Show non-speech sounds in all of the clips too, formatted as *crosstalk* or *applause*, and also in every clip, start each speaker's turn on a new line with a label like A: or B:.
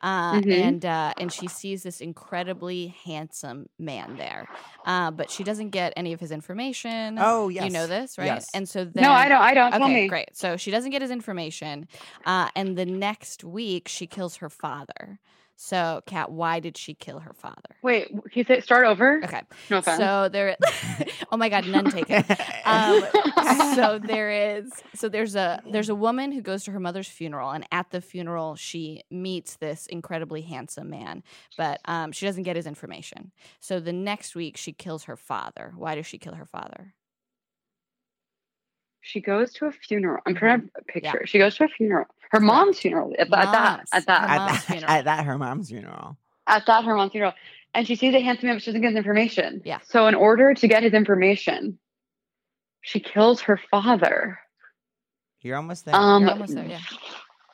A: uh,
B: Mhm.
A: and uh, and she sees this incredibly handsome man there, uh, but she doesn't get any of his information.
C: Oh yes.
A: you know this, right?
C: yes.
A: And so then
B: No, I don't. I *laughs* don't. tell
A: Okay,
B: me.
A: great. So she doesn't get his information, uh, and the next week she kills her father. So, Kat, why did she kill her father?
B: Wait, can you say start over?
A: Okay,
B: No offense.
A: so there. *laughs* oh my God, none taken.
B: *laughs*
A: Um, so there is so there's a there's a woman who goes to her mother's funeral and at the funeral she meets this incredibly handsome man but um, she doesn't get his information so the next week she kills her father why does she kill her father
B: she goes to a funeral. I'm trying
A: Mm-hmm.
B: to picture. She goes to a funeral. Her mom's funeral. At, at that.
A: Mom's.
B: At that.
A: Her
C: at,
A: mom's
C: that,
A: funeral.
C: at that her mom's funeral.
B: at that her mom's funeral, and she sees a handsome man, but she doesn't get his information.
A: Yeah.
B: So in order to get his information, she kills her father.
C: You're almost there.
B: Um,
A: You're almost there, yeah.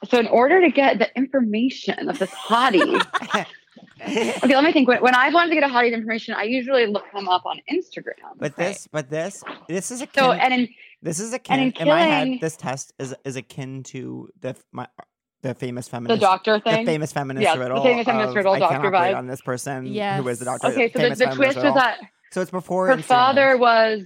B: So in order to get the information of this *laughs* hottie, okay, let me think. When, when I've wanted to get a hottie's information, I usually look them up on Instagram.
C: *laughs* but
A: Right.
C: this, but this, this is a
B: so
C: kin-
B: and in,
C: this is akin
B: and in
C: in, my head.
B: killing-
C: This test is is akin to the f- my the famous
B: the
C: feminist
B: doctor
C: the
B: thing.
C: famous feminist
B: Yeah, the
C: riddle.
B: famous feminist
C: of,
B: riddle
C: I can't
B: doctor
C: operate
B: vibe.
C: on this person who is the
A: Yes.
C: doctor.
B: okay, so the,
C: famous
B: the
C: feminist
B: twist is
C: riddle.
B: that
C: so it's before
B: her
C: Instagram.
B: father was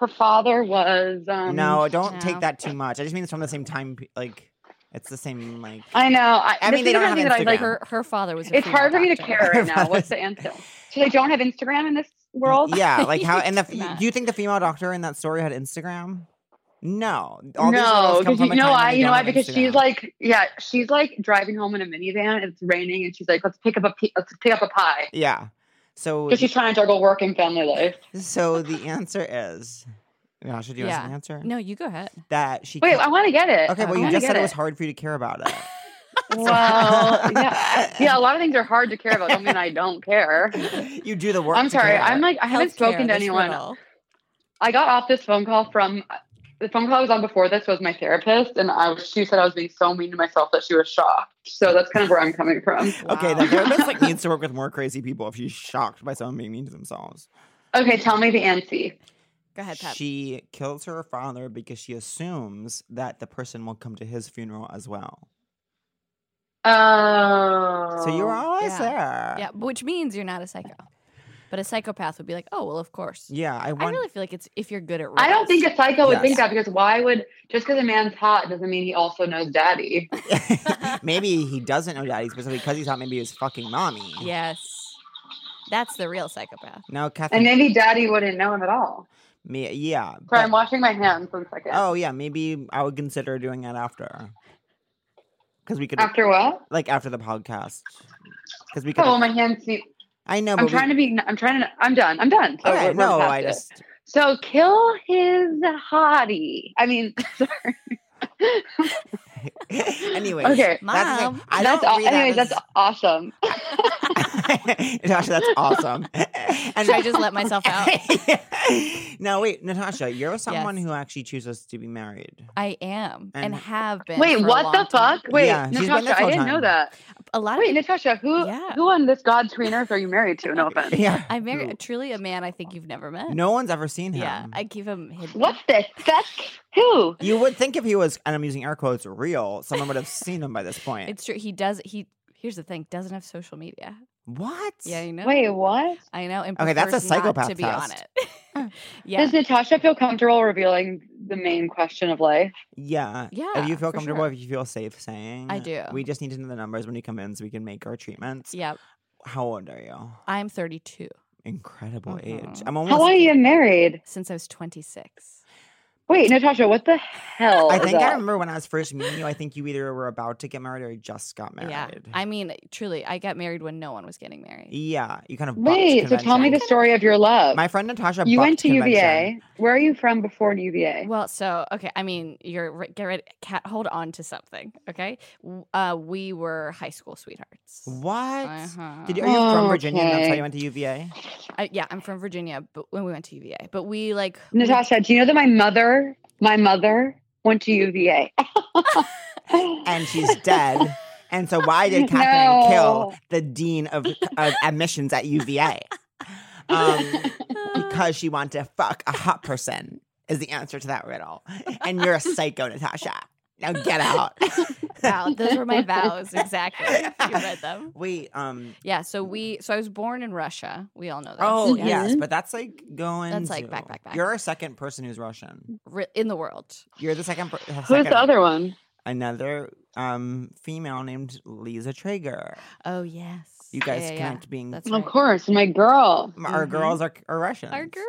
B: her father was um
C: no, don't
A: No.
C: take that too much. I just mean it's from the same time. pe- Like it's the same. Like
B: I know. I,
C: I
B: this
C: mean, they
B: is
C: don't
B: another
C: have
B: thing that I,
C: Instagram.
B: like,
A: her her father was a
B: it's hard for
A: female
B: me to
A: doctor.
B: care right now. What's the answer? So they don't have Instagram in this world?
C: yeah, like how and the
A: It's not.
C: do you think the female doctor in that story had Instagram? No, All these riddles
B: no,
C: come
B: because
C: from
B: you
C: a
B: know
C: time when
B: why?
C: they
B: You know
C: don't
B: why?
C: have
B: Because she's
C: Instagram.
B: like, yeah, she's like driving home in a minivan. It's raining, and she's like, let's pick up a pi- let's pick up a pie
C: yeah. So
B: *laughs* because she's trying to juggle work and family life.
C: so the answer is. Natasha, do you
A: Yeah.
C: want answer?
A: no you go ahead
C: That she.
B: Wait,
C: can't-
B: I want to get it.
C: okay,
B: I
C: well you
B: wanna
C: just
B: get
C: said it was hard for you to care about it. *laughs*
B: Well, yeah, yeah. A lot of things are hard to care about. Don't mean I don't care.
C: *laughs* you do the work.
B: I'm
C: to
B: sorry.
C: care.
B: I'm like I haven't
A: Healthcare,
B: spoken to
A: this
B: anyone.
A: riddle.
B: I got off this phone call from the phone call I was on before this was my therapist, and I was, she said I was being so mean to myself that she was shocked. So that's kind of where I'm coming from.
C: okay.
A: Wow.
C: The therapist
B: *laughs*
C: like needs to work with more crazy people if she's shocked by someone being mean to themselves.
B: Okay, tell me the ANSI.
A: Go ahead, Pat.
C: she kills her father because she assumes that the person will come to his funeral as well.
B: Oh.
C: so you're always
A: yeah.
C: there.
A: yeah, which means you're not a psycho. But a psychopath would be like, oh well, of course.
C: Yeah, I
A: I
C: want.
A: really feel like it's if you're good at.
B: I don't think
A: riddles.
B: a psycho would
C: Yes.
B: think that because why would just because a man's hot doesn't mean he also knows daddy.
C: *laughs*
B: *laughs*
C: maybe he doesn't know daddy specifically because he thought maybe his fucking mommy.
A: Yes, that's the real psychopath.
C: No,
B: And
C: Catherine.
B: maybe daddy wouldn't know him at all.
C: me, yeah.
B: Sorry, I'm
C: but-
B: washing my hands one second.
C: oh yeah, maybe I would consider doing that after. Because we could,
B: After what?
C: like, after the podcast. Because we could.
B: Oh, well, my hands need.
C: I know, but
B: I'm trying to be. I'm trying to. I'm done. I'm done. So
C: Okay,
B: we're- we're
C: no,
B: past
C: I
B: it.
C: just.
B: So kill his hottie. I mean,
C: *laughs* anyway,
B: Okay.
C: that's the thing.
A: Mom,
C: *laughs* I
B: that's
C: don't
B: aw-
C: read that
B: anyways.
C: as-
B: That's awesome.
C: *laughs* Natasha, that's awesome. and
A: Should I just
B: *laughs*
A: let myself out?
C: *laughs* no, wait, Natasha, you're someone
A: Yes.
C: who actually chooses to be
A: *laughs*
C: married.
A: I am and,
C: And-
A: have been.
B: Wait,
A: for a
B: what the
A: long time.
B: fuck? Wait,
C: Yeah, she's been
B: Natasha,
C: this
B: I
C: whole
B: didn't know
C: time.
B: that.
A: A lot of
B: Wait, Natasha, who
A: Yeah.
B: who on this God between earth are you married to? No offense.
C: Yeah.
A: I married
C: Who-
A: truly a man I think you've never met.
C: *laughs* No one's ever seen him.
A: Yeah, I keep him hidden.
B: What's this? That's who?
C: you would think if he was, and I'm using air quotes, real, someone would have seen him by
A: *laughs*
C: this point.
A: It's true. He does. He here's the thing. Doesn't have social media.
C: what?
A: Yeah, you know.
B: Wait, what?
A: I know. And
C: Okay, that's a
A: prefers not
C: psychopath
A: To be
C: test.
A: on
B: *laughs*
A: it. *laughs* yeah.
B: Does Natasha feel comfortable revealing the main question of life?
C: Yeah.
A: Yeah,
C: If you feel
A: for
C: comfortable,
A: sure.
C: if you feel safe saying,
A: I do.
C: We just need to know the numbers when you come in so we can make our treatments.
A: yeah.
C: How old are you?
A: I'm 32
C: Incredible age.
A: Mhm.
C: I'm almost.
B: How long are you married?
A: since I was 26.
B: Wait, Natasha, what the hell?
C: I
B: is
C: think I
B: that?
C: remember when I was first meeting you. I think you either were about to get married or just got married.
A: Yeah. I mean, truly, I got married when no one was getting married.
C: Yeah, you kind of. bucked
B: Wait, so tell me the
C: convention.
B: story of your love.
C: My friend Natasha.
B: you went
C: bucked
B: to
C: convention.
B: UVA. Where are you from before UVA?
A: Well, so okay. I mean, you're re- get ready, cat. Hold on to something, okay? W- Uh, we were high school sweethearts.
C: What?
A: Uh-huh.
C: Did you, are you from
B: Oh,
C: Virginia? And that's how
B: okay.
C: you went to UVA.
A: I, yeah, I'm from Virginia, but when we went to UVA, but we like we-
B: Natasha, do you know that my mother, my mother went to *laughs* UVA?
C: And she's dead. and so why did
B: *laughs*
C: Catherine kill
B: No.
C: the dean of, of admissions at UVA?
B: *laughs*
C: Um, *laughs*
A: uh,
C: because she wanted to fuck a hot person is the answer to that riddle. And you're a psycho, Natasha. Now get out.
B: *laughs*
A: Wow, those were my vows exactly. You
C: *laughs*
A: read them.
C: Wait. Um.
A: Yeah, so we so I was born in Russia. We all know that.
C: Oh
B: Mhm.
C: yes, but that's like going.
A: That's like
C: to-
A: back, back, back.
C: You're a second person who's Russian.
A: Ri- in the world.
C: You're the
A: *sighs*
C: second. Per- Who's
B: Who's the other one?
C: Another um female named Lisa Traeger.
A: Oh yes.
C: You guys
A: yeah, yeah,
C: connect being
A: That's
B: Of
A: right.
B: course, my girl.
C: M- our
A: Mhm.
C: girls are are Russian.
A: yeah. Our girls.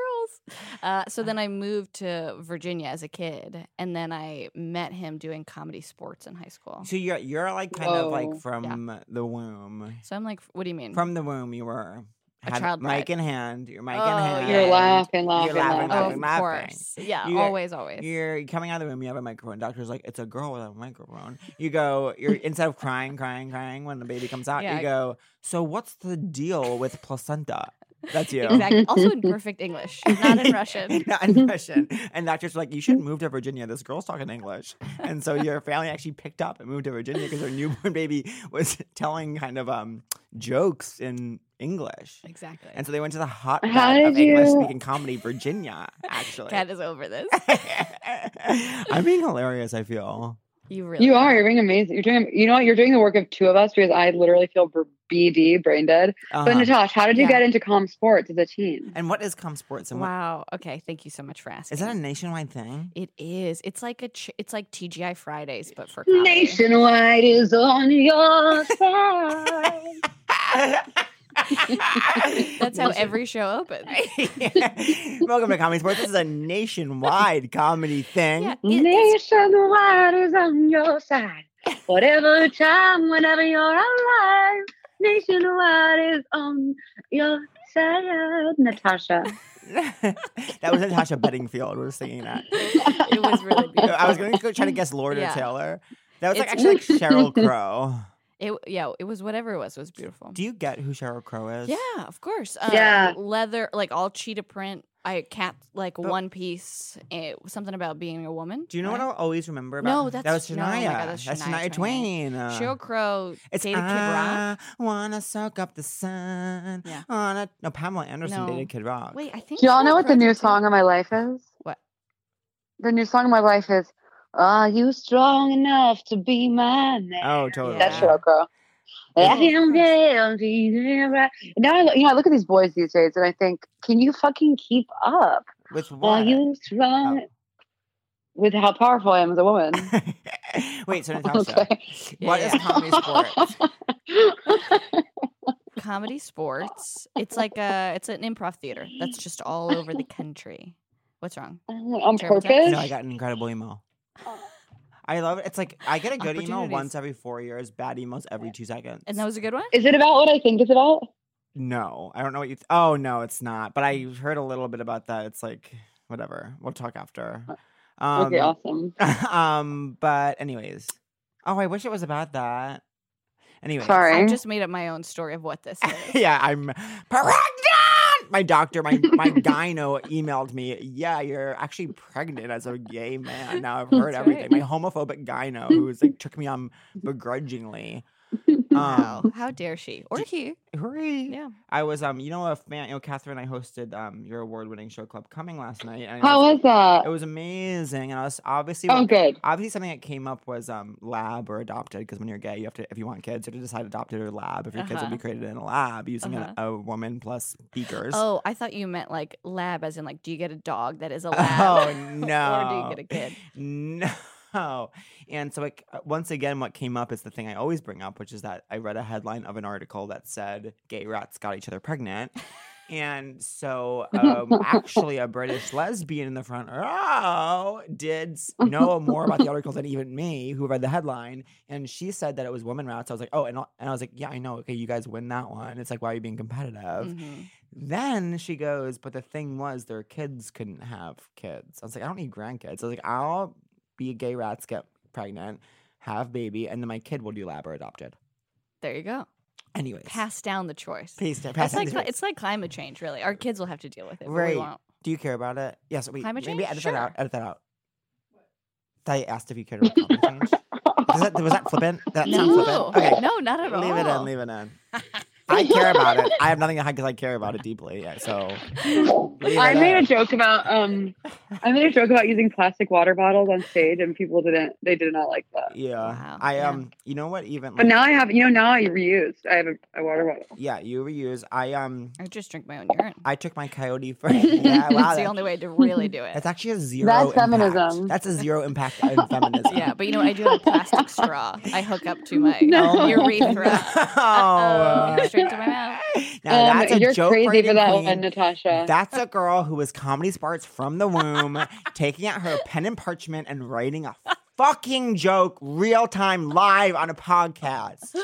A: Uh,
C: Uh-huh.
A: so then I moved to Virginia as a kid, and then I met him doing comedy sports in high school.
C: So you're you're like kind of
B: Whoa. Yeah.
C: like from the womb.
A: So I'm like, what do you mean?
C: From the womb, you were
A: A
C: had
A: child
C: mic
A: bride.
C: in hand. Your mic
A: Oh,
C: in hand.
B: You're laughing, laughing,
C: You're laughing,
B: laughing.
A: oh,
C: laughing,
A: of
C: laughing.
A: course. Yeah,
C: You-
A: always, always.
C: You're coming out of the room. You have a microphone. Doctor's like, it's a girl with a microphone. You go. You're instead of crying, crying, crying when the baby comes out.
A: Yeah.
C: You go. So what's the deal with placenta? That's you. *laughs*
A: Exactly. also in perfect English, not in Russian.
C: Not in Russian. And doctors were like, you should move to Virginia. This girl's talking English. And so your family actually picked up and moved to Virginia because her newborn *laughs* baby was telling kind of um, jokes in English.
A: *laughs* Exactly.
C: And so they went to the hotbed
B: How
C: of
B: did you-
C: English speaking comedy, Virginia, actually.
A: Kat is over this.
C: *laughs* I'm being hilarious, I feel.
A: You really
B: You are. You're doing amazing. You're doing. You know what? You're doing the work of two of us because I literally feel br- BD, brain dead. But
C: Uh-huh.
B: Natasha, how did you
A: Yeah.
B: get into com sports as a teen?
C: And what is com sports? And what-
A: Wow. Okay. Thank you so much for asking.
C: is that a nationwide
A: *laughs*
C: thing?
A: It is. It's like a. Ch- it's like TGI Fridays, but for comedy.
B: Nationwide is on *laughs* your side.
A: That's how every show opens.
C: *laughs* Welcome to Comedy Sports. This is a nationwide comedy thing.
A: Yeah, it- it's-
B: Nationwide is on your *laughs* side. Whatever time, whenever you're alive, Nationwide is on your side. Natasha.
C: *laughs* that was Natasha Bedingfield. We were singing that.
A: it was
B: *laughs*
A: really beautiful.
C: I was going to go try to guess Lord
A: Yeah.
C: or Taylor. That was like
A: It's-
C: actually like Cheryl
A: *laughs*
C: Crow.
A: It yeah, it was whatever it was. It was beautiful.
C: Do you get who Cheryl Crow is?
A: yeah, of course. Uh,
B: Yeah.
A: leather like all cheetah print I cat like
C: But-
A: one piece. It, something about being a woman. Uh,
C: Do you know what
A: right?
C: I'll always remember about?
A: No,
C: that
A: that's-
C: was Shania.
A: no, oh my God, that's
C: that's
A: Shania
C: Shania Twain. Uh,
A: Sheryl Crow
C: It's
A: dated Kid
C: I
A: Rock.
C: wanna soak up the sun.
A: Yeah.
C: Wanna... No, Pamela Anderson
A: No.
C: dated Kid Rock.
A: Wait, I think.
B: Do y'all
A: Sheryl
B: know what
A: Crow
B: the new
A: did too.
B: song of my life is?
A: What?
B: The new song of my life is Are You Strong Enough to Be My Man?
C: Oh, totally.
B: That's
A: yeah.
B: Cheryl Crow.
A: Yeah.
B: I am down, right. Now I, look- you know, I look at these boys these days and I think, can you fucking keep up?
C: With
B: Are
C: what? Oh.
B: you strong? With how powerful I am as a woman.
C: *laughs* Wait,
B: *laughs*
C: so Natasha,
B: okay.
C: what is
A: Yeah.
C: comedy sports?
A: *laughs* comedy sports. It's like a it's an improv theater that's just all over the country. What's wrong?
B: *laughs* On
A: Terrible
B: purpose?
A: text.
C: no, I got an incredible email. I love it. It's like I get a good email
A: Oh. Opportunities.
C: once every four years, bad emails every two seconds.
A: And that was a good one.
B: Is it about what I think it's about?
C: no, I don't know what you. Th- oh no, it's not. But I heard a little bit about that. It's like whatever. We'll talk after. Um,
B: okay, awesome.
C: *laughs* um, but anyways. Oh, I wish it was about that. Anyways.
A: I
B: Sorry.
A: just made up my own story of what this is.
C: *laughs* yeah, I'm pregnant. My doctor, my my gyno emailed me. Yeah, you're actually pregnant as a gay man. Now I've heard
A: That's
C: everything. My homophobic gyno, who's like took me on begrudgingly.
A: Wow,
C: Um,
A: how dare she or
C: d-
A: he?
C: hooray.
A: Yeah.
C: I was um, you know, a fan. You know, Catherine, I hosted um your award-winning show club coming last night. And
B: How
C: it was,
B: was that?
C: it was amazing, and I was obviously
B: Oh, good.
C: obviously something that came up was um, lab or adopted because when you're gay you have to if you want kids you have to decide adopted or lab if your kids will
A: Uh-huh.
C: be created in a lab using an- a woman plus speakers
A: Oh, I thought you meant like lab, as in like, do you get a dog that is
C: *laughs*
A: a
C: Oh,
A: lab? *laughs* or do you
C: no
A: get
C: *laughs*
A: a kid?
C: no and so like uh, once again what came up is the thing i always bring up which is that i read a headline of an article that said gay rats got each other pregnant and so um, actually a british lesbian in the front row did s- know more about the article than even me who read the headline and she said that it was woman rats i was like oh and, I- and i was like yeah i know okay you guys win that one it's like why are you being competitive
A: Mhm.
C: then she goes, but the thing was, their kids couldn't have kids. I was like, I don't need grandkids. I was like, I'll be a gay rats, get pregnant, have baby, and then my kid will do lab or adopted.
A: There you go.
C: Anyways,
A: Pass down the choice.
C: Please don't- pass
A: It's
C: down
A: like
C: the
A: cli-
C: choice.
A: it's like climate change, really. Our kids will have to deal with it. but
C: Right.
A: We won't.
C: Do you care about it? Yes. Wait,
A: Climate
C: maybe
A: change?
C: edit that out.
A: Sure.
C: Edit that out. I asked if you cared about climate change. Was that, was that flippant? Did That sound
A: No,
C: flippant. Okay,
A: no, not at all.
C: leave it in. Leave it
A: *laughs*
C: in. I care about it. I have nothing to hide because I care about it deeply. Yeah, so leave
B: I
C: it
B: made a
C: in.
B: joke about um I made a joke about using plastic water bottles on stage and people didn't they did not like that.
C: Yeah,
A: Wow,
C: I
A: yeah.
C: um. You know what? Even
B: But
C: like-
B: now I have you know now I reused. I have a, a water bottle.
C: Yeah, you reuse. I
A: *laughs*
C: um
A: I just drink my own urine.
C: I took my coyote for yeah, wow.
A: *laughs* That's the
C: that- *laughs*
A: only way to really do it.
C: that's actually a zero
B: That's
C: impact.
B: feminism.
C: That's a
A: *laughs*
C: zero impact on feminism.
A: yeah, but you know, I do have a plastic straw. I hook up
C: *laughs*
A: to my
B: *laughs* No.
A: urethra.
C: Oh.
A: *laughs* Uh-oh, straight to my mouth.
C: Now
B: Um,
C: that's a
B: you're
C: joke
B: crazy
C: rating
B: for that
C: queen.
B: one, Natasha.
C: That's a girl who was
B: *laughs*
C: comedy sparts from the womb, taking out her pen and parchment and writing a fucking joke real time live on a podcast.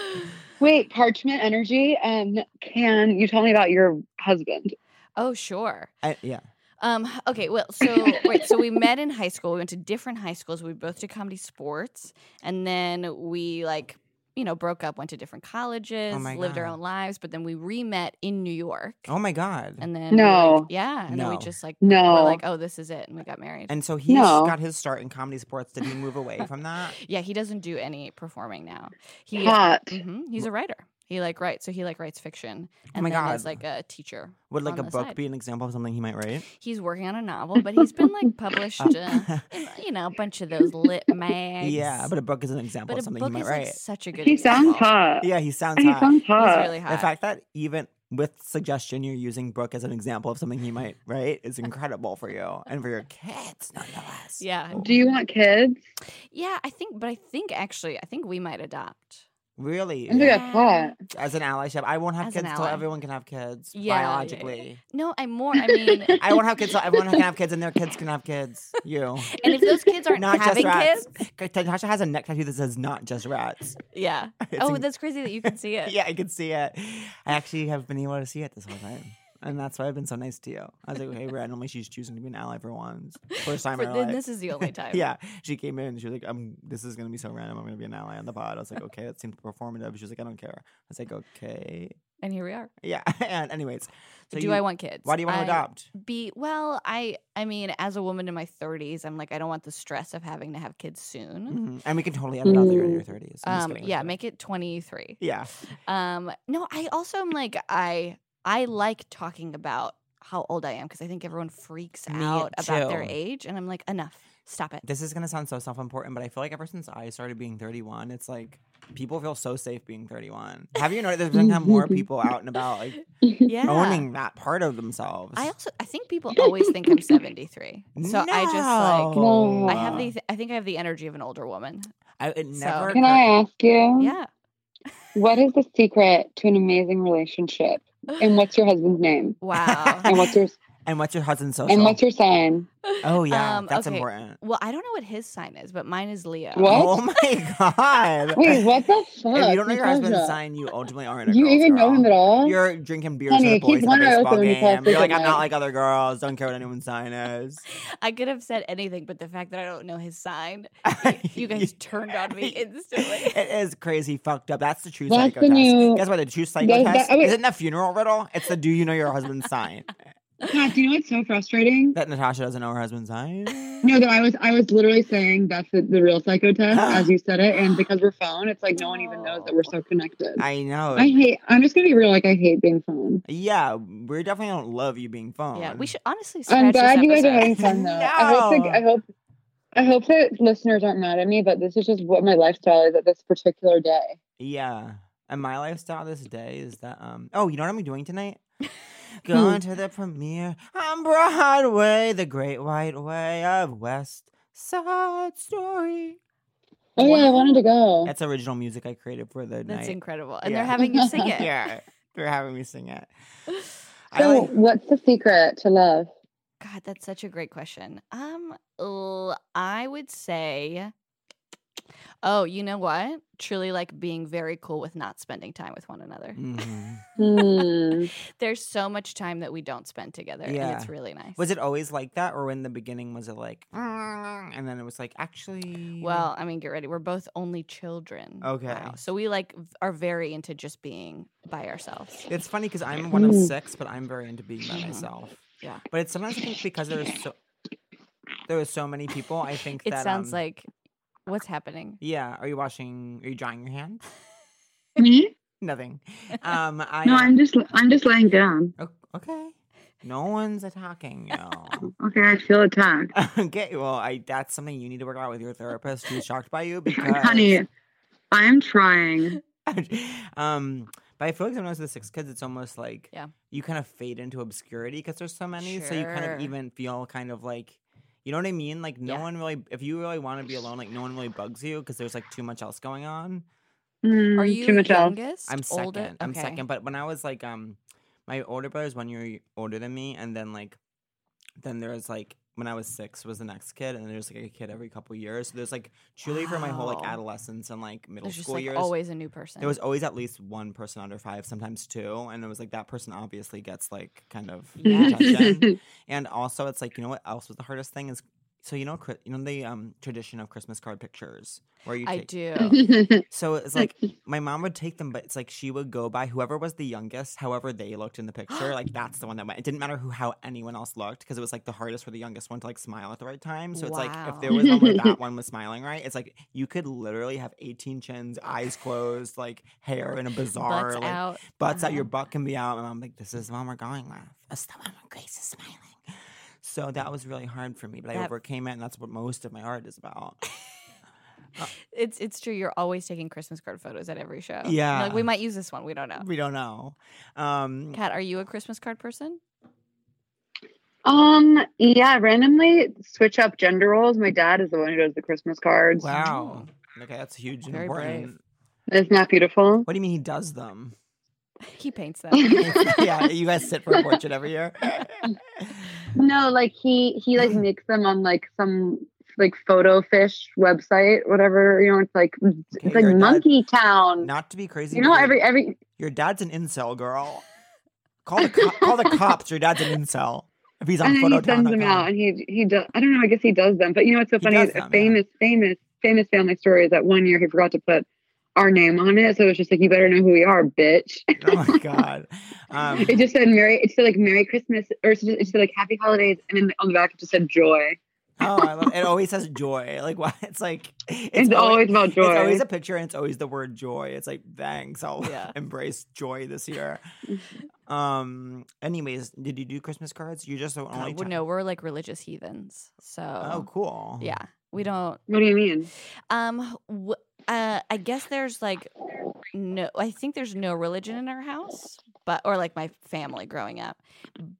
B: Wait, parchment energy. Um, can you tell me about your husband?
A: Oh, sure.
C: And, yeah.
A: Um, okay, well, so wait, so we met in high school. We went to different high schools. We both did comedy sports, and then we like, you know, broke up, went to different colleges,
C: Oh my
A: lived our
C: God.
A: own lives, but then we re-met in New York.
C: Oh my god. And,
A: And then we, like-
B: No.
A: yeah, and then we
C: No.
A: just like were
B: No.
A: like, oh, this is it, and we got married.
C: so he
B: No.
C: got his start in comedy sports. Did he move away from that?
A: yeah, he doesn't do any performing now. He
B: Hot.
A: hmm he's a writer. He like writes, so he like writes fiction, and
C: Oh my
A: then is
C: God.
A: like a teacher.
C: Would like
A: on
C: a
A: the
C: book
A: side.
C: be an example of something he might write?
A: He's working on a novel, but he's been
B: *laughs*
A: like published, uh, in, you know, a bunch of those lit mags.
C: *laughs* Yeah, but a book is an example
A: But
C: of
A: a
C: something
A: book
C: he might
A: is like
C: write.
A: such a good.
B: He sounds
A: example.
B: hot.
C: yeah, he sounds
B: He
C: hot.
B: sounds
A: He's
B: hot.
A: really hot.
C: the fact that even with suggestion you're using Brooke as an example of something he might write
A: *laughs*
C: is incredible for you and for your kids, nonetheless.
A: yeah,
B: Do you want kids?
A: yeah. I think, but I think actually, I think we might adopt.
C: Really,
B: I think that's
A: Yeah.
B: hot.
C: as an allyship, I won't have
A: As an
C: kids till
A: ally.
C: everyone can have kids
A: Yeah, yeah, yeah.
C: biologically.
A: No, I'm more. I
C: *laughs*
A: mean,
C: I won't have kids till everyone can have kids and their kids can have kids.
A: *laughs*
C: You,
A: and if those kids aren't
C: not just
A: having
C: rats.
A: kids,
C: K- Natasha has a neck tattoo that says "not just rats." *laughs*
A: yeah.
C: It's
A: Oh,
C: inc- *laughs*
A: that's crazy that you can see it.
C: yeah, I can see it. I actually have been able to see it this whole time. and that's why I've been so nice to you. I was like, okay, randomly, she's choosing to be an ally for once. First time
A: For-
C: in her
A: then
C: life.
A: this is the
C: *laughs*
A: only time.
C: yeah, she came in. She was like, "I'm. This is gonna be so random. I'm gonna be an ally on the pod." I was like, "Okay, that seems performative." She was like, "I don't care." I was like, "Okay,
A: And here we are.
C: yeah." *laughs* And anyways, so
A: do
C: you,
A: I want kids?
C: Why do you want to
A: I-
C: adopt?
A: Be well, I I mean, as a woman in my 30s, I'm like I don't want the stress of having to have kids soon.
C: Mhm. And we can totally edit out that you're in your
B: Mm.
C: thirties.
A: Mm-hmm. Um, yeah, make it 23.
C: yeah.
A: Um, no, I also am like I I like talking about how old I am because I think everyone freaks
C: Me
A: out about their
C: too.
A: age, and I'm like, enough, stop
B: *laughs*
A: it.
C: This is gonna sound so self-important, but I feel like ever since I started being 31, it's like people feel so safe being 31. Have you noticed there's been kind of more people out and about, like
A: *laughs* Yeah,
C: owning that part of themselves?
A: I also I think people always think I'm 73, so I just like.
C: No.
A: I have the I think I have the energy of an older woman.
C: I, it
A: so-
C: never.
B: Can I ask you? *laughs*
A: Yeah.
B: What is the secret to an amazing relationship?
A: *gasps*
B: And what's your husband's name?
A: Wow.
B: And what's your
A: *laughs*
C: And what's your husband's social?
B: and what's your sign?
C: oh yeah,
A: Um,
C: that's
A: okay.
C: important.
A: Well, I don't know what his sign is, but mine is Leo.
B: What?
C: Oh my god.
B: *laughs*
C: *laughs*
B: Wait, what the fuck?
C: If you don't know your husband's
B: Natasha?
C: sign, you ultimately aren't. A
B: You
C: girl's
B: even know
C: girl.
B: him at all?
C: You're drinking beers
B: Honey,
C: with the boys
B: keep
C: at
B: one
C: the
B: eye
C: baseball
B: open when you pass
C: game. You're like,
B: freaking
C: I'm not
B: lights."
C: like other girls. Don't care what anyone's sign is.
A: I could have said anything, but the fact that I don't know
C: *laughs*
A: his sign, *laughs* you guys turned on me instantly.
C: It is crazy fucked up. That's the true
B: That's
C: psycho
B: the
C: test.
B: new-
C: Guess what? The true psycho
B: There's that-
C: test
B: oh, wait.
C: isn't that funeral riddle. It's the do you know your husband's
B: *laughs*
C: sign?
B: God, do you know what's so frustrating?
C: That Natasha doesn't know her husband's sign.
B: No, that I was I was literally saying that's the, the real
C: *gasps*
B: psycho test as you said it, and because we're phone, it's like no one even knows that we're so connected. I,
C: I know.
B: hate. I'm just gonna be real. Like I hate being phone.
C: yeah, we definitely don't love you being phone.
A: Yeah, we should honestly.
B: I'm
A: scratch this
B: glad you guys are
A: episode. *laughs*
B: having fun though. I hope
C: No.
B: to, I hope I hope that listeners aren't mad at me, but this is just what my lifestyle is at this particular day.
C: Yeah. And my lifestyle this day is that um oh, you know what I'm doing
A: *laughs*
C: tonight? Going to the premiere on Broadway, the great white way of West Side Story.
B: Oh yeah, I wanted to go.
C: That's original music I created for the
A: That's
C: night.
A: incredible, and
C: Yeah.
A: they're having
C: *laughs*
A: you sing it.
C: Yeah. They're having me sing
A: *laughs*
C: it. I
B: so,
C: like
B: what's the secret to love?
A: God, that's such a great question. Um, l- I would say, oh, you know what? Truly, like being very cool with not spending time with one another.
C: Mhm.
A: *laughs*
B: Hmm.
A: There's so much time that we don't spend together, and it's
C: Yeah.
A: really nice.
C: Was it always like that or in the beginning was it like and then it was like actually
A: Well, I mean, get ready. We're both only children. now,
C: Okay.
A: so we like v- are very into just being by ourselves.
C: It's funny because I'm one of
B: Mm.
C: six, but I'm very into being by
A: Mhm.
C: myself.
A: Yeah.
C: But it's sometimes I think because there's so there was so many people, I think
A: It
C: that
A: sounds
C: um,
A: like what's happening?
C: yeah. Are you washing? Are you drying your hands?
B: Me?
C: *laughs*
A: *laughs*
C: Nothing. Um, I
B: No,
C: uh,
B: I'm just I'm just laying down.
C: o- okay. No one's attacking you.
B: Okay, I feel attacked.
C: *laughs* okay. Well, I that's something you need to work out with your therapist who's shocked by you because
B: *laughs* Honey, I'm trying.
C: *laughs* um, but I feel like sometimes with the six kids, it's almost like
A: Yeah.
C: you kind of fade into obscurity because there's so many. So you kind
A: Sure.
C: of even feel kind of like, you know what I mean? Like no
A: Yeah.
C: one really, if you really want to be alone, like no one really bugs you because there's like too much else going on.
A: Are
B: Mm,
A: you
B: too much else?
A: youngest?
C: I'm second.
A: Older?
C: I'm
A: Okay.
C: second. But when I was like, um, my older brother's one year older than me, and then like, then there was like when I was six was the next kid, and then there's like a kid every couple years. So there's like truly for my whole like
A: Wow.
C: adolescence and like middle
A: There's just
C: school
A: like
C: years.
A: always a new person.
C: There was always at least one person under five, sometimes two, and it was like that person obviously gets like kind of
A: *laughs* Yeah.
C: attention. and also, it's like you know what else was the hardest thing is so you know Chri- you know the um, tradition of Christmas card pictures where you
A: I
C: take,
A: do.
C: so it's like my mom would take them, but it's like she would go by whoever was the youngest, however they looked in the picture.
A: *gasps*
C: Like that's the one that went. It didn't matter who how anyone else looked because it was like the hardest for the youngest one to like smile at the right time. So it's like if there
B: Wow.
C: was one where
A: *laughs*
C: that one was smiling right, it's like you could literally have eighteen chins, eyes closed, like hair in a bizarre
A: Butts
C: like
A: out.
C: butts out, your
A: Uh-huh.
C: butt can be out. And I'm like, this is the one we're going with. That's the one where Grace is smiling. So that was really hard for me, but I
A: That-
C: overcame it, and that's what most of my art is about. *laughs*
A: It's it's true. You're always taking Christmas card photos at every show. You're
C: Yeah.
A: Like we might use this one. We don't know.
C: We don't know. Um,
A: Kat, are you a Christmas card person?
B: *laughs*
A: *laughs*
B: um, yeah, randomly switch up gender roles. My dad is the one who does the Christmas cards.
C: Wow. Okay, that's huge and
A: Very brave.
C: important.
B: Isn't that beautiful?
C: What do you mean he does
B: *laughs*
C: them? *laughs*
A: He paints them.
C: yeah, you guys sit for a portrait every
B: *laughs*
C: year.
B: No, like he he
C: Mm-hmm.
B: like makes them on like some like photo fish website, whatever, you know, it's like
C: Okay,
B: it's like
C: your dad-
B: Monkey Town.
C: Not to be crazy.
B: you know e
C: but
B: how
C: your-
B: every every
C: your dad's an incel girl. Call the co- call the cops. Your dad's an incel. If he's on
B: and then he
C: photo
B: sends them out, and he he does. I don't know. I guess he does them. But you know what's so
C: He
B: funny?
C: does
B: is
C: them,
B: A
C: yeah.
B: famous, famous, famous family story is that one year he forgot to put our name on it, so it's just like you better know who we are, bitch.
C: Oh my god. Um,
B: *laughs* it just said Merry. It said like Merry Christmas, or it just- it said like Happy Holidays, and then on the back it just said Joy.
C: oh, I love, it always has joy. Like why? It's like
B: It's, always, about joy.
C: It's always a picture and it's always the word joy. It's like, thanks, I'll
A: Yeah.
C: *laughs* embrace joy this
A: *laughs*
C: year. um. Anyways, did you do Christmas cards? You just the only
A: God, well,
C: ti-
A: no, we're like religious heathens. So
C: Oh, cool.
A: yeah, we don't.
B: what do you mean?
A: Um, w- uh, I guess there's like no. I think there's no religion in our house, but or like my family growing up.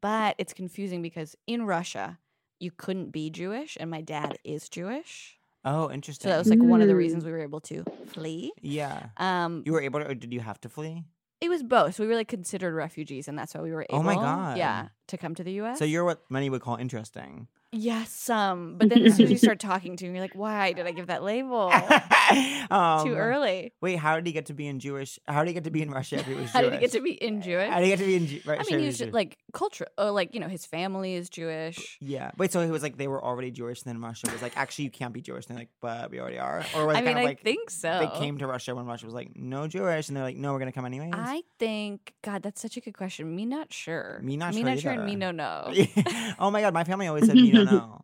A: But it's confusing because in Russia you couldn't be Jewish, and my dad is Jewish,
C: Oh, interesting.
A: so that was like one of the
B: Mm.
A: reasons we were able to flee.
C: yeah.
A: Um,
C: You were able to, or did you have to flee?
A: it was both. So we were like considered refugees, and that's why we were able.
C: Oh my God.
A: Yeah, to come to the U.S.
C: So you're what many would call interesting.
A: Yes, some.
C: *laughs*
A: But then as soon as you start talking to him, you're like, why did I give that label
C: *laughs* Um,
A: too early?
C: Wait, how did he get to be in Jewish? How did he get to be in Russia if he was
A: How
C: Jewish?
A: did he get to be in Jewish?
C: How did he get to be in Ju-
A: I
C: Russia?
A: mean,
C: if he
A: he
C: was
A: was ju-
C: Jewish?
A: like culture, or like you know, his family is Jewish.
C: Yeah. Wait, so he was like they were already Jewish, and then Russia was like, actually, you can't be Jewish. And they're like, but we already are. Or were they
A: I mean,
C: kind
A: I
C: of like
A: think so.
C: they came to Russia when Russia was like, no Jewish, and they're like, no, we're gonna come anyways. *laughs*
A: I think God, that's such a good question. Me not sure.
C: Me not
A: me
C: sure
A: not sure. And me
C: either. *laughs*
A: no no.
C: oh my god, my family always said you
A: *laughs*
C: don't know.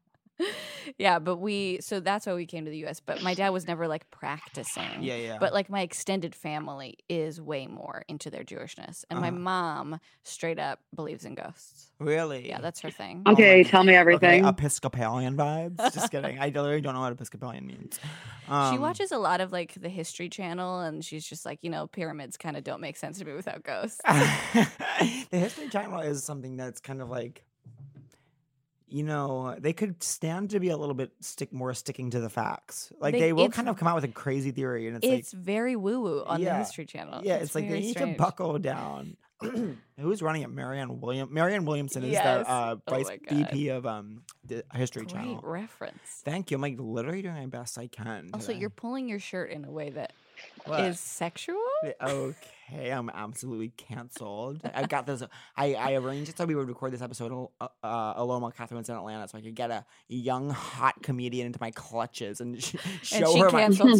A: yeah, but we so that's why we came to the U.S. But my dad was never like practicing.
C: Yeah, yeah.
A: But like my extended family is way more into their Jewishness, and my
C: Uh-huh.
A: mom straight up believes in ghosts.
C: really,
A: Yeah, that's her thing.
C: Oh
B: Okay,
C: my-
B: tell me
C: Okay, uh,
B: everything.
C: Episcopalian vibes. Just kidding. I literally don't know what Episcopalian means.
A: she
C: Um, *laughs*
A: watches a lot of like the History Channel, and she's just like, you know, pyramids kind of don't make sense to me without
C: *laughs*
A: ghosts.
C: the History Channel is something that's kind of like, you know, they could stand to be a little bit stick more sticking to the facts. Like
A: They-
C: they, will
A: it's-
C: kind of come out with a crazy theory, and it's,
A: It's very woo woo on the
C: Yeah.
A: History Channel.
C: like, yeah, it's, like
A: very
C: they need to
A: strange.
C: buckle down. *clears throat* Who's running it? Marianne William. Marianne Williamson is
A: Yes.
C: the uh,
A: Oh
C: vice
A: my God.
C: VP of um the History
A: Great
C: Channel.
A: reference.
C: Thank you. I'm like literally doing my best I can.
A: Also,
C: today.
A: you're pulling your shirt in a way that is
C: What?
A: sexual.
C: Th- Okay, I'm absolutely canceled.
A: *laughs*
C: I got this. I, I arranged it so we would record this episode al- uh, uh, alone while Catherine's in Atlanta, so I could get a young hot comedian into my clutches and sh-
A: And
C: show
A: she
C: her
A: canceled,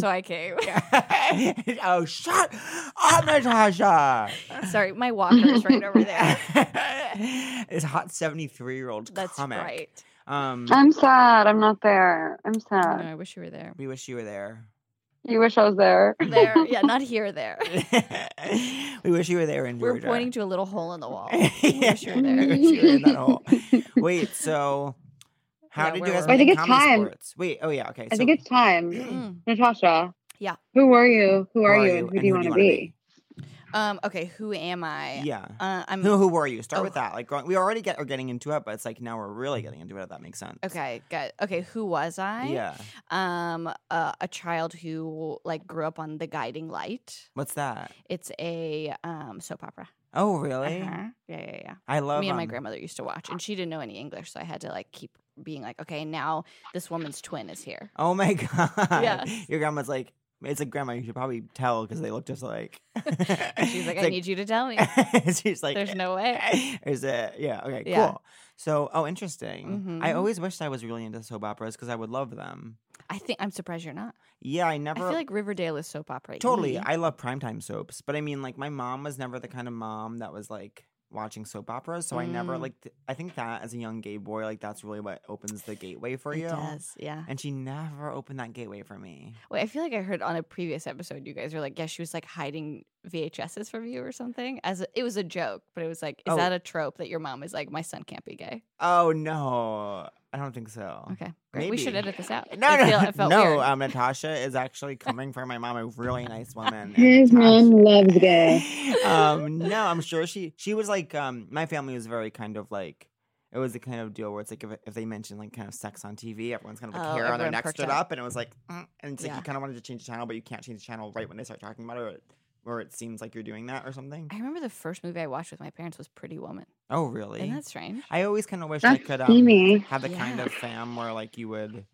C: *laughs*
A: so I came.
C: my. *laughs* oh, shut up, Natasha!
A: *laughs* Sorry, my walker's
C: *laughs*
A: right over there.
C: this hot seventy-three-year-old
A: That's
C: comic.
A: right.
C: Um,
B: I'm sad. I'm not there. I'm
A: I
B: sad.
A: know, I wish you
C: *laughs*
A: were there.
C: we wish you were there.
B: You wish I was there.
A: There, yeah, not here. There.
C: we wish you were there in
A: We're
C: Georgia.
A: pointing to a little hole in
C: *laughs*
A: the wall.
C: uh, yeah,
A: wish you were there.
C: I wish you *laughs* were in that
B: *laughs*
C: hole. Wait,
A: *laughs*
C: so how
A: Yeah,
C: did
A: where
C: you guys?
A: were we?
C: meet
B: I think
C: in
B: it's
C: comedy
B: time.
C: Sports? Wait, oh yeah, okay.
B: I
C: so
B: think
A: *clears throat*
B: it's
A: *laughs*
B: time.
A: Mm.
B: Natasha.
A: Yeah.
B: Who were you? Who
C: who
B: are you? And who do you want to
C: wanna
B: be?
A: Um. Okay. Who am I?
C: Yeah.
A: Uh, I'm
C: *laughs* Who, who were you? Start with
A: Oh.
C: that. Like going, we already get are getting into it, but it's like now we're really getting into it. If that makes sense.
A: okay. Got okay. Who was I?
C: Yeah.
A: Um. Uh, a child who like grew up on The Guiding Light.
C: What's that?
A: It's a um soap opera.
C: Oh really?
A: Uh-huh. Yeah. Yeah. Yeah.
C: I love.
A: Me and my
C: um,
A: grandmother used to watch, and she didn't know any English, so I had to like keep being like, okay, now this woman's twin is here.
C: Oh my *laughs* god.
A: Yes.
C: Your grandma's like. It's like grandma. You should probably tell because they look just like.
A: *laughs*
C: *laughs*
A: She's like, I need you to tell me.
C: need. she's *laughs* like, eh,
A: There's no way.
C: *laughs* Is it? Yeah. Okay.
A: Yeah.
C: Cool. So, oh, interesting. I
A: Mhm.
C: always wished I was really into soap operas because I would love them.
A: I think I'm surprised you're not.
C: Yeah, I
A: I
C: never.
A: feel like Riverdale is soap opera.
C: totally.
A: E.
C: I love primetime soaps, but I mean, like, my mom was never the kind of mom that was like watching soap operas. So I never
A: Mm.
C: like. Th- I think that as a young gay boy, like that's really what opens the gateway for
A: It
C: you.
A: does. Yeah.
C: And she never opened that gateway for me.
A: Wait, I feel like I heard on a previous episode you guys were like, yeah, she was like hiding VHSs from you or something. As a, it was a joke, but it was like, is
C: Oh.
A: that a trope that your mom is like, my son can't be gay?
C: Oh no, I don't think so.
A: Okay, great. We should
C: Maybe.
A: edit this out.
C: No,
A: I
C: no,
A: feel- I felt
C: no.
A: weird.
C: Um, Natasha is actually coming from my mom, a really nice woman. and
B: His
C: Natasha-
B: mom *laughs* loves gay.
C: *laughs* um, no, I'm sure she she was like um, my family was very kind of like it was the kind of deal where it's like if, if they mentioned like kind of sex on TV, everyone's kind of like
A: Oh,
C: hair on their
A: everyone
C: neck
A: perked
C: stood
A: up.
C: up, and it was like mm, and it's like
A: Yeah.
C: you kind of wanted to change the channel, but you can't change the channel right when they start talking about it. Or it or it seems like you're doing that or something.
A: I remember the first movie I watched with my parents was Pretty Woman.
C: Oh, really?
A: Isn't that strange?
C: I always kind of wish I
B: That's
C: could um,
B: steamy.
C: have the kind
A: Yeah.
C: of fam where like you would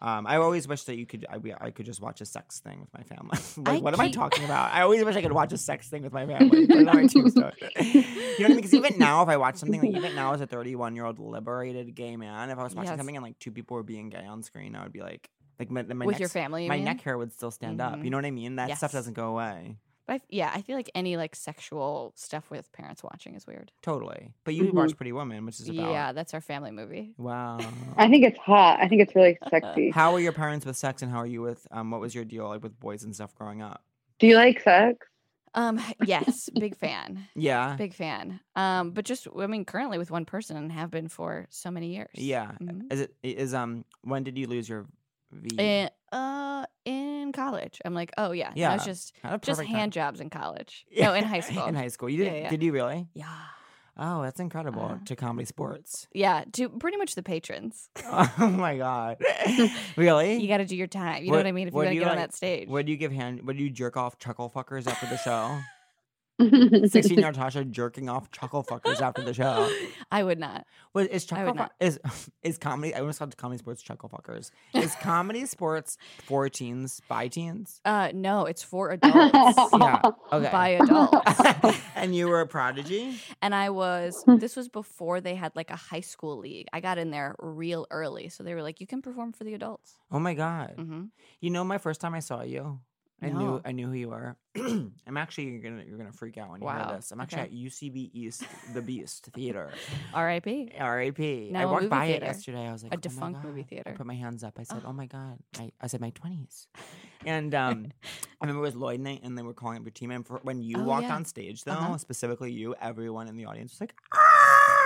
C: Um, I always wish that you could. I, we- I could just watch a sex thing with my family. *laughs*
A: I
C: like, what am I
A: keep-
C: talking about? I always wish I could watch a sex thing with
A: *laughs*
C: my family. Put it on my tombstone. you know what I mean? Because even now, if I watch something, like even now as a 31 year old liberated gay man, if I was watching
A: Yes.
C: something and like two people were being gay on screen, I would be like, like my, my
A: with your
C: neck's-
A: family. you
C: my
A: mean?
C: neck hair would still stand up.
A: Mhm.
C: You know what I mean? That
A: Yes.
C: stuff doesn't go away.
A: But I, yeah, I feel like any like sexual stuff with parents watching is weird.
C: Totally. But you
B: Mm-hmm.
C: watch Pretty Woman, which is about
A: Yeah, that's our family movie.
C: wow.
B: I think it's hot. I think it's really sexy.
C: how were your parents with sex, and how are you with um? What was your deal like with boys and stuff growing up?
B: Do you like sex?
A: Um, yes,
C: *laughs*
A: big fan,
C: Yeah,
A: big fan. Um, but just I mean, currently with one person and have been for so many years.
C: yeah.
A: Mhm.
C: Is it i- is um? When did you lose your V?
A: In, uh, in college, I'm like, oh yeah, yeah. I was
C: Yeah,
A: just
C: Kind of
A: just
C: perfect time.
A: hand jobs in college.
C: Yeah,
A: *laughs*
C: *laughs*
A: No, in high school.
C: in high school, you
A: Yeah,
C: did.
A: yeah.
C: Did you really?
A: yeah,
C: Oh, that's incredible.
A: Uh-huh.
C: to comedy
A: *laughs*
C: sports. *laughs*
A: yeah. To pretty much the patrons.
C: oh my
A: *laughs*
C: god. really?
A: You got to do your time.
C: Eh.
A: You
C: What-
A: know what I mean? If
C: what
A: you're gonna
C: do you
A: get on
C: like-
A: that stage.
C: Would you give hand? Would you jerk off chuckle fuckers after the
A: *laughs*
C: show?
B: *laughs* Sexy.
C: Sixteen year old Tasha jerking off chuckle fuckers after the
A: *laughs*
C: show.
A: I would not.
C: Well, is
A: I
C: chuckle
A: would
C: fu- is *laughs* is comedy? I almost called it comedy sports chuckle fuckers.
A: *laughs*
C: Is comedy sports for teens by teens?
A: Uh, no,
C: *laughs*
A: it's for adults.
C: Yeah. Okay.
A: *laughs* by
C: *laughs*
A: adults. *laughs*
C: and you were a prodigy.
A: and
C: *laughs*
A: I was this was before they had like a high school league. I got in there real early, so they were like, "You can perform for the adults."
C: Oh my god!
A: hmm
C: You know, my first time I saw you, I knew
A: No.
C: I knew who you were. *clears throat* I'm actually you're gonna you're gonna freak out when you
A: Wow.
C: hear this. I'm actually
A: Okay.
C: at UCB East, the Beast Theater,
A: R.I.P.
C: R.A.P. I
A: Now a
C: walked
A: movie
C: by
A: theater.
C: it yesterday. I was like,
A: A
C: "Oh my
A: defunct movie
C: God." I
A: theater.
C: put my hands up. I said,
A: Oh.
C: "Oh my god!" I, I said my
A: *laughs*
C: twenties, and um, I remember it was Lloyd night, and they were calling up your team. And for, when you
A: Oh,
C: walked
A: yeah.
C: on stage, though,
A: Uh-huh.
C: specifically you, everyone in the audience was like,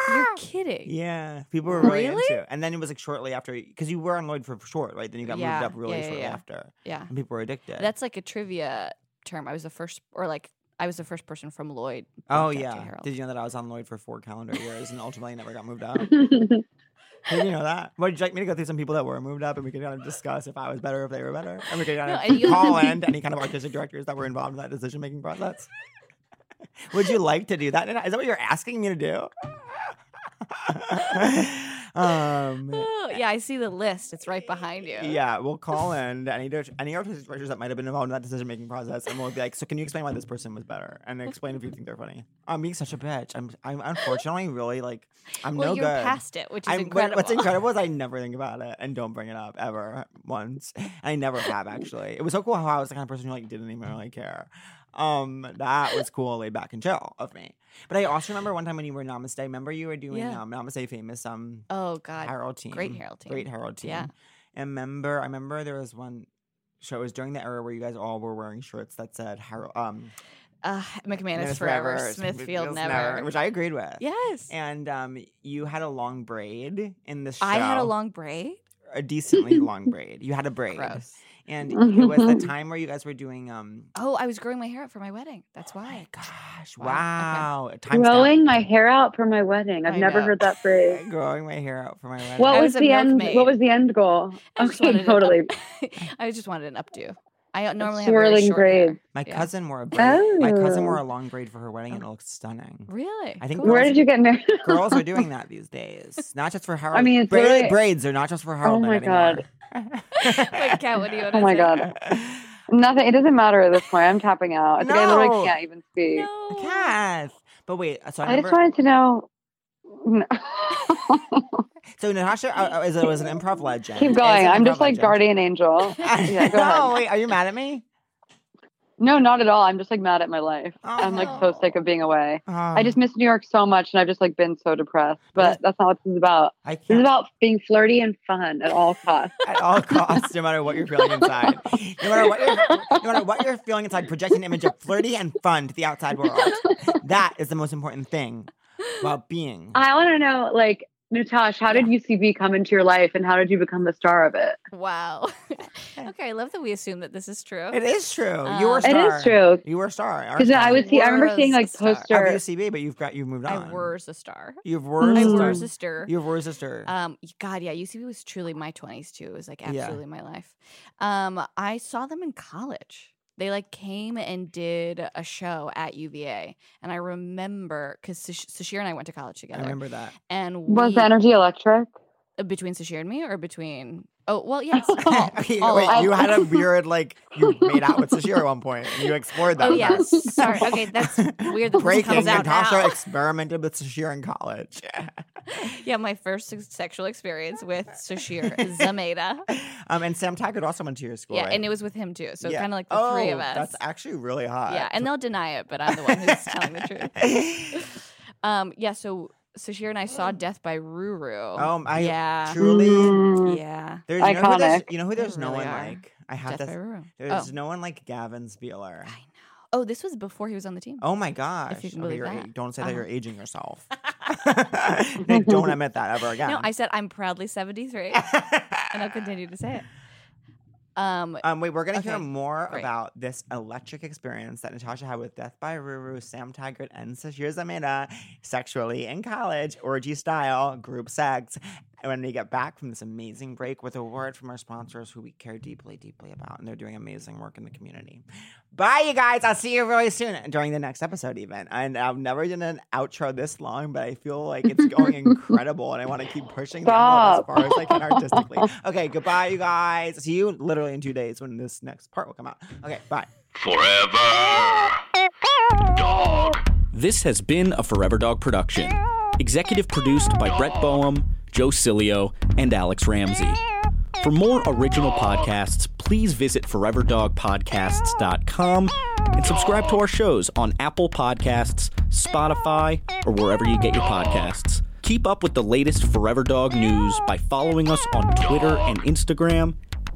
A: You're kidding.
C: Yeah, people were really,
A: Really?
C: into it. And then it was like shortly after, because you were on Lloyd for short, right? Then you got
A: Yeah,
C: moved up really
A: yeah, yeah,
C: shortly
A: yeah.
C: after,
A: Yeah.
C: and people were addicted.
A: That's like a trivia term. I was the first, or like I was the first person from Lloyd.
C: oh
A: moved up to
C: yeah.
A: Herald.
C: Did you know that I was on Lloyd for four calendar years and ultimately never got moved up? Did you know that? Would you like me to go through some people that were moved up and we could kind of discuss if I was better, if they were better, and we could kind
A: No,
C: of
A: and
C: *laughs*
A: you- *laughs*
C: call in any kind of artistic directors that were involved in that decision making process? *laughs* Would you like to do that? Nina? Is that what you're asking me to do? *laughs*
A: *laughs*
C: um,
A: Oh, yeah, I see the list. It's right behind you.
C: Yeah, we'll call in any dir- any artistic directors that might have been involved in that decision making process, and we'll be like, "So, can you explain why this person was better, and explain if you think they're funny?" I'm being such a bitch. I'm I'm unfortunately really like I'm no
A: Well, you're
C: good.
A: past it, which is
C: I'm, what-
A: incredible.
C: What's incredible is
A: *laughs*
C: I never think about it and don't bring it up ever once. I never have actually. It was so cool how I was the kind of person who like didn't even really care. Um, that was cool, laid back and chill of me. But I also remember one time when you were Namaste. Remember you were doing
A: Yeah.
C: um, Namaste famous um
A: *laughs* Oh God.
C: Harold team.
A: great Harold
C: Great
A: team.
C: Harold team.
A: Yeah.
C: And remember, I remember there was one show. It was during the era where you guys all were wearing shirts that said Harold. Um,
A: Uh, McManus,
C: Manus
A: forever.
C: Forever,
A: Smithfield
C: Smithfield's
A: never.
C: which I agreed with.
A: Yes.
C: And um, you had a long braid in the show.
A: I had a long braid.
C: a
A: *laughs*
C: decently long braid. You had a braid,
A: Gross. *laughs*
C: and it was the time where you guys were doing um.
A: Oh, I was growing my hair out for my wedding. That's
C: Oh my
A: why.
C: gosh!
A: Wow,
C: Wow, a time
B: Growing my hair out for my wedding. I've
A: I
B: never
A: know.
B: heard that phrase.
C: stamp. growing my hair out for my wedding.
B: What
A: I
B: was,
A: was a
B: the end?
A: milkmaid.
B: What was the end goal?
A: *laughs* I just
B: Okay,
A: wanted an *laughs*
B: totally.
A: I just wanted an updo. I normally have very
B: swirling
A: short hair.
B: braid.
C: my
A: yeah.
C: cousin wore a braid. My cousin wore a
B: Oh.
C: long braid for her wedding,
A: Oh.
C: and it looked stunning.
A: Really?
C: I think
A: *laughs*
B: Where did you get married?
C: girls are
B: *laughs*
C: doing that these days. Not just for Harold.
B: mean, it's
C: Bra-
B: really- Oh
C: braids are not just for Harold.
B: my God.
C: *laughs*
A: Wait, Kat, what do you want
B: *laughs* Oh my God. Nothing. It doesn't matter at this point. I'm tapping out. It's like I
C: No.
B: literally can't even speak.
A: No.
C: Kath. But wait, so I,
B: I
C: remember.
B: just wanted to know.
C: So Natasha uh, uh, is, was an improv legend.
B: *laughs* Keep
C: Is
B: going.
C: an
B: I'm
C: improv
B: just like
C: legend.
B: guardian angel.
C: *laughs*
B: Yeah, go
C: no,
B: ahead.
C: wait, are you mad at me?
B: No, not at all. I'm just like mad at my life. I'm like so sick of being away. I just
C: Oh, Um,
B: miss New York so much, and I've just like been so depressed.
C: That's-
B: But that's not what this is about. *laughs*
C: I
B: This
C: can't.
B: is about being flirty and fun at all
C: *laughs*
B: costs.
C: at all costs, no matter what you're feeling inside. No matter what you're, no matter what you're feeling inside, project an image of flirty and fun to the outside
B: *laughs*
C: world. That is the most important thing about being.
B: I want to know, like, Natasha, how did UCB come into your life, and how did you become the star of it?
A: Wow. *laughs* okay, I love that we assume that this is true.
C: Eh. It is true. you were a
A: Um,
C: star.
B: It is true.
C: You were a star. our
B: Because I
C: star.
B: would see, I remember
A: Was
B: seeing
A: a
B: like
A: star.
C: of
B: posters.
C: UCB, but you've got you've moved on.
A: I was a star.
C: You've
A: I
B: Mm.
A: were a
C: were sister.
A: sister.
C: You've were sister.
A: Um, y- God, yeah, UCB was truly my twenties too. It was like
C: Yeah.
A: absolutely my life. Um, I saw them in college. They like came and did a show at UVA, and I remember because Sash- Sashir and I went to college
C: I
A: together.
C: remember that.
A: And
B: Was
A: we-
B: the energy electric?
A: uh, between Sashir and me, or between Oh well, yes. *laughs* All,
C: *laughs* Wait,
A: all of
C: you
A: it. *laughs*
C: had a weird like you made out with Sashir at one point, and you explored *laughs* that.
A: Oh yes. Sorry.
C: *laughs*
A: Okay, that's weird. That this
C: Breaking
A: comes out
C: Natasha
A: now.
C: experimented with Sashir in college. *laughs*
A: yeah, my first sex- sexual experience with Sashir
C: *laughs*
A: Zameda.
C: um, and Sam Taggart also went to your school.
A: Yeah,
C: right?
A: and it was with him too. So
C: Yeah.
A: kind of like the
C: oh,
A: three of us.
C: That's actually really hot.
A: yeah, and they'll deny it, but I'm the one who's telling the truth.
C: *laughs*
A: Um, yeah. So Sashir and I saw Death by Ruru.
C: Um, I
A: yeah,
C: truly.
B: Mm.
A: yeah.
C: There's, you, know who there's,
B: Iconic.
C: you know who
A: They
C: there's no
A: really
C: one
A: are.
C: like? I have
A: Death by
C: this.
A: Ruru. Oh.
C: There's no one like Gavin Spieler.
A: I know. Oh, this was before he was on the team.
C: Oh my gosh.
A: you can
C: Okay,
A: believe
C: you're
A: that.
C: a- Don't say
A: Uh-huh.
C: that you're aging
A: *laughs*
C: yourself. *laughs* Nick, don't admit that ever again. *laughs*
A: No, I said I'm proudly 73, and I'll continue
C: *laughs*
A: to say it. Um,
C: Um, wait, we're gonna hear
A: Okay,
C: more
A: great.
C: about this electric experience that Natasha had with Death by Ruru, Sam Taggart, and Sashir Zameda sexually in college, orgy style, group sex. And when we get back from this amazing break with a word from our sponsors who we care deeply, deeply about, and they're doing amazing work in the community. Bye, you guys. I'll see you really soon during the next episode, even. And I've never done an outro this long, but I feel like it's going incredible, and I want to keep pushing them all as
B: Stop.
C: far as I can artistically. Okay, goodbye, you guys. See you literally in two days when this next part will come out. Okay, bye.
D: Forever. Dog.
E: This has been a Forever Dog production. Executive produced by Brett Boehm, Joe Cilio, and Alex Ramsey. For more original podcasts, please visit foreverdogpodcasts.com and subscribe to our shows on Apple Podcasts, Spotify, or wherever you get your podcasts. Keep up with the latest Forever Dog news by following us on Twitter and Instagram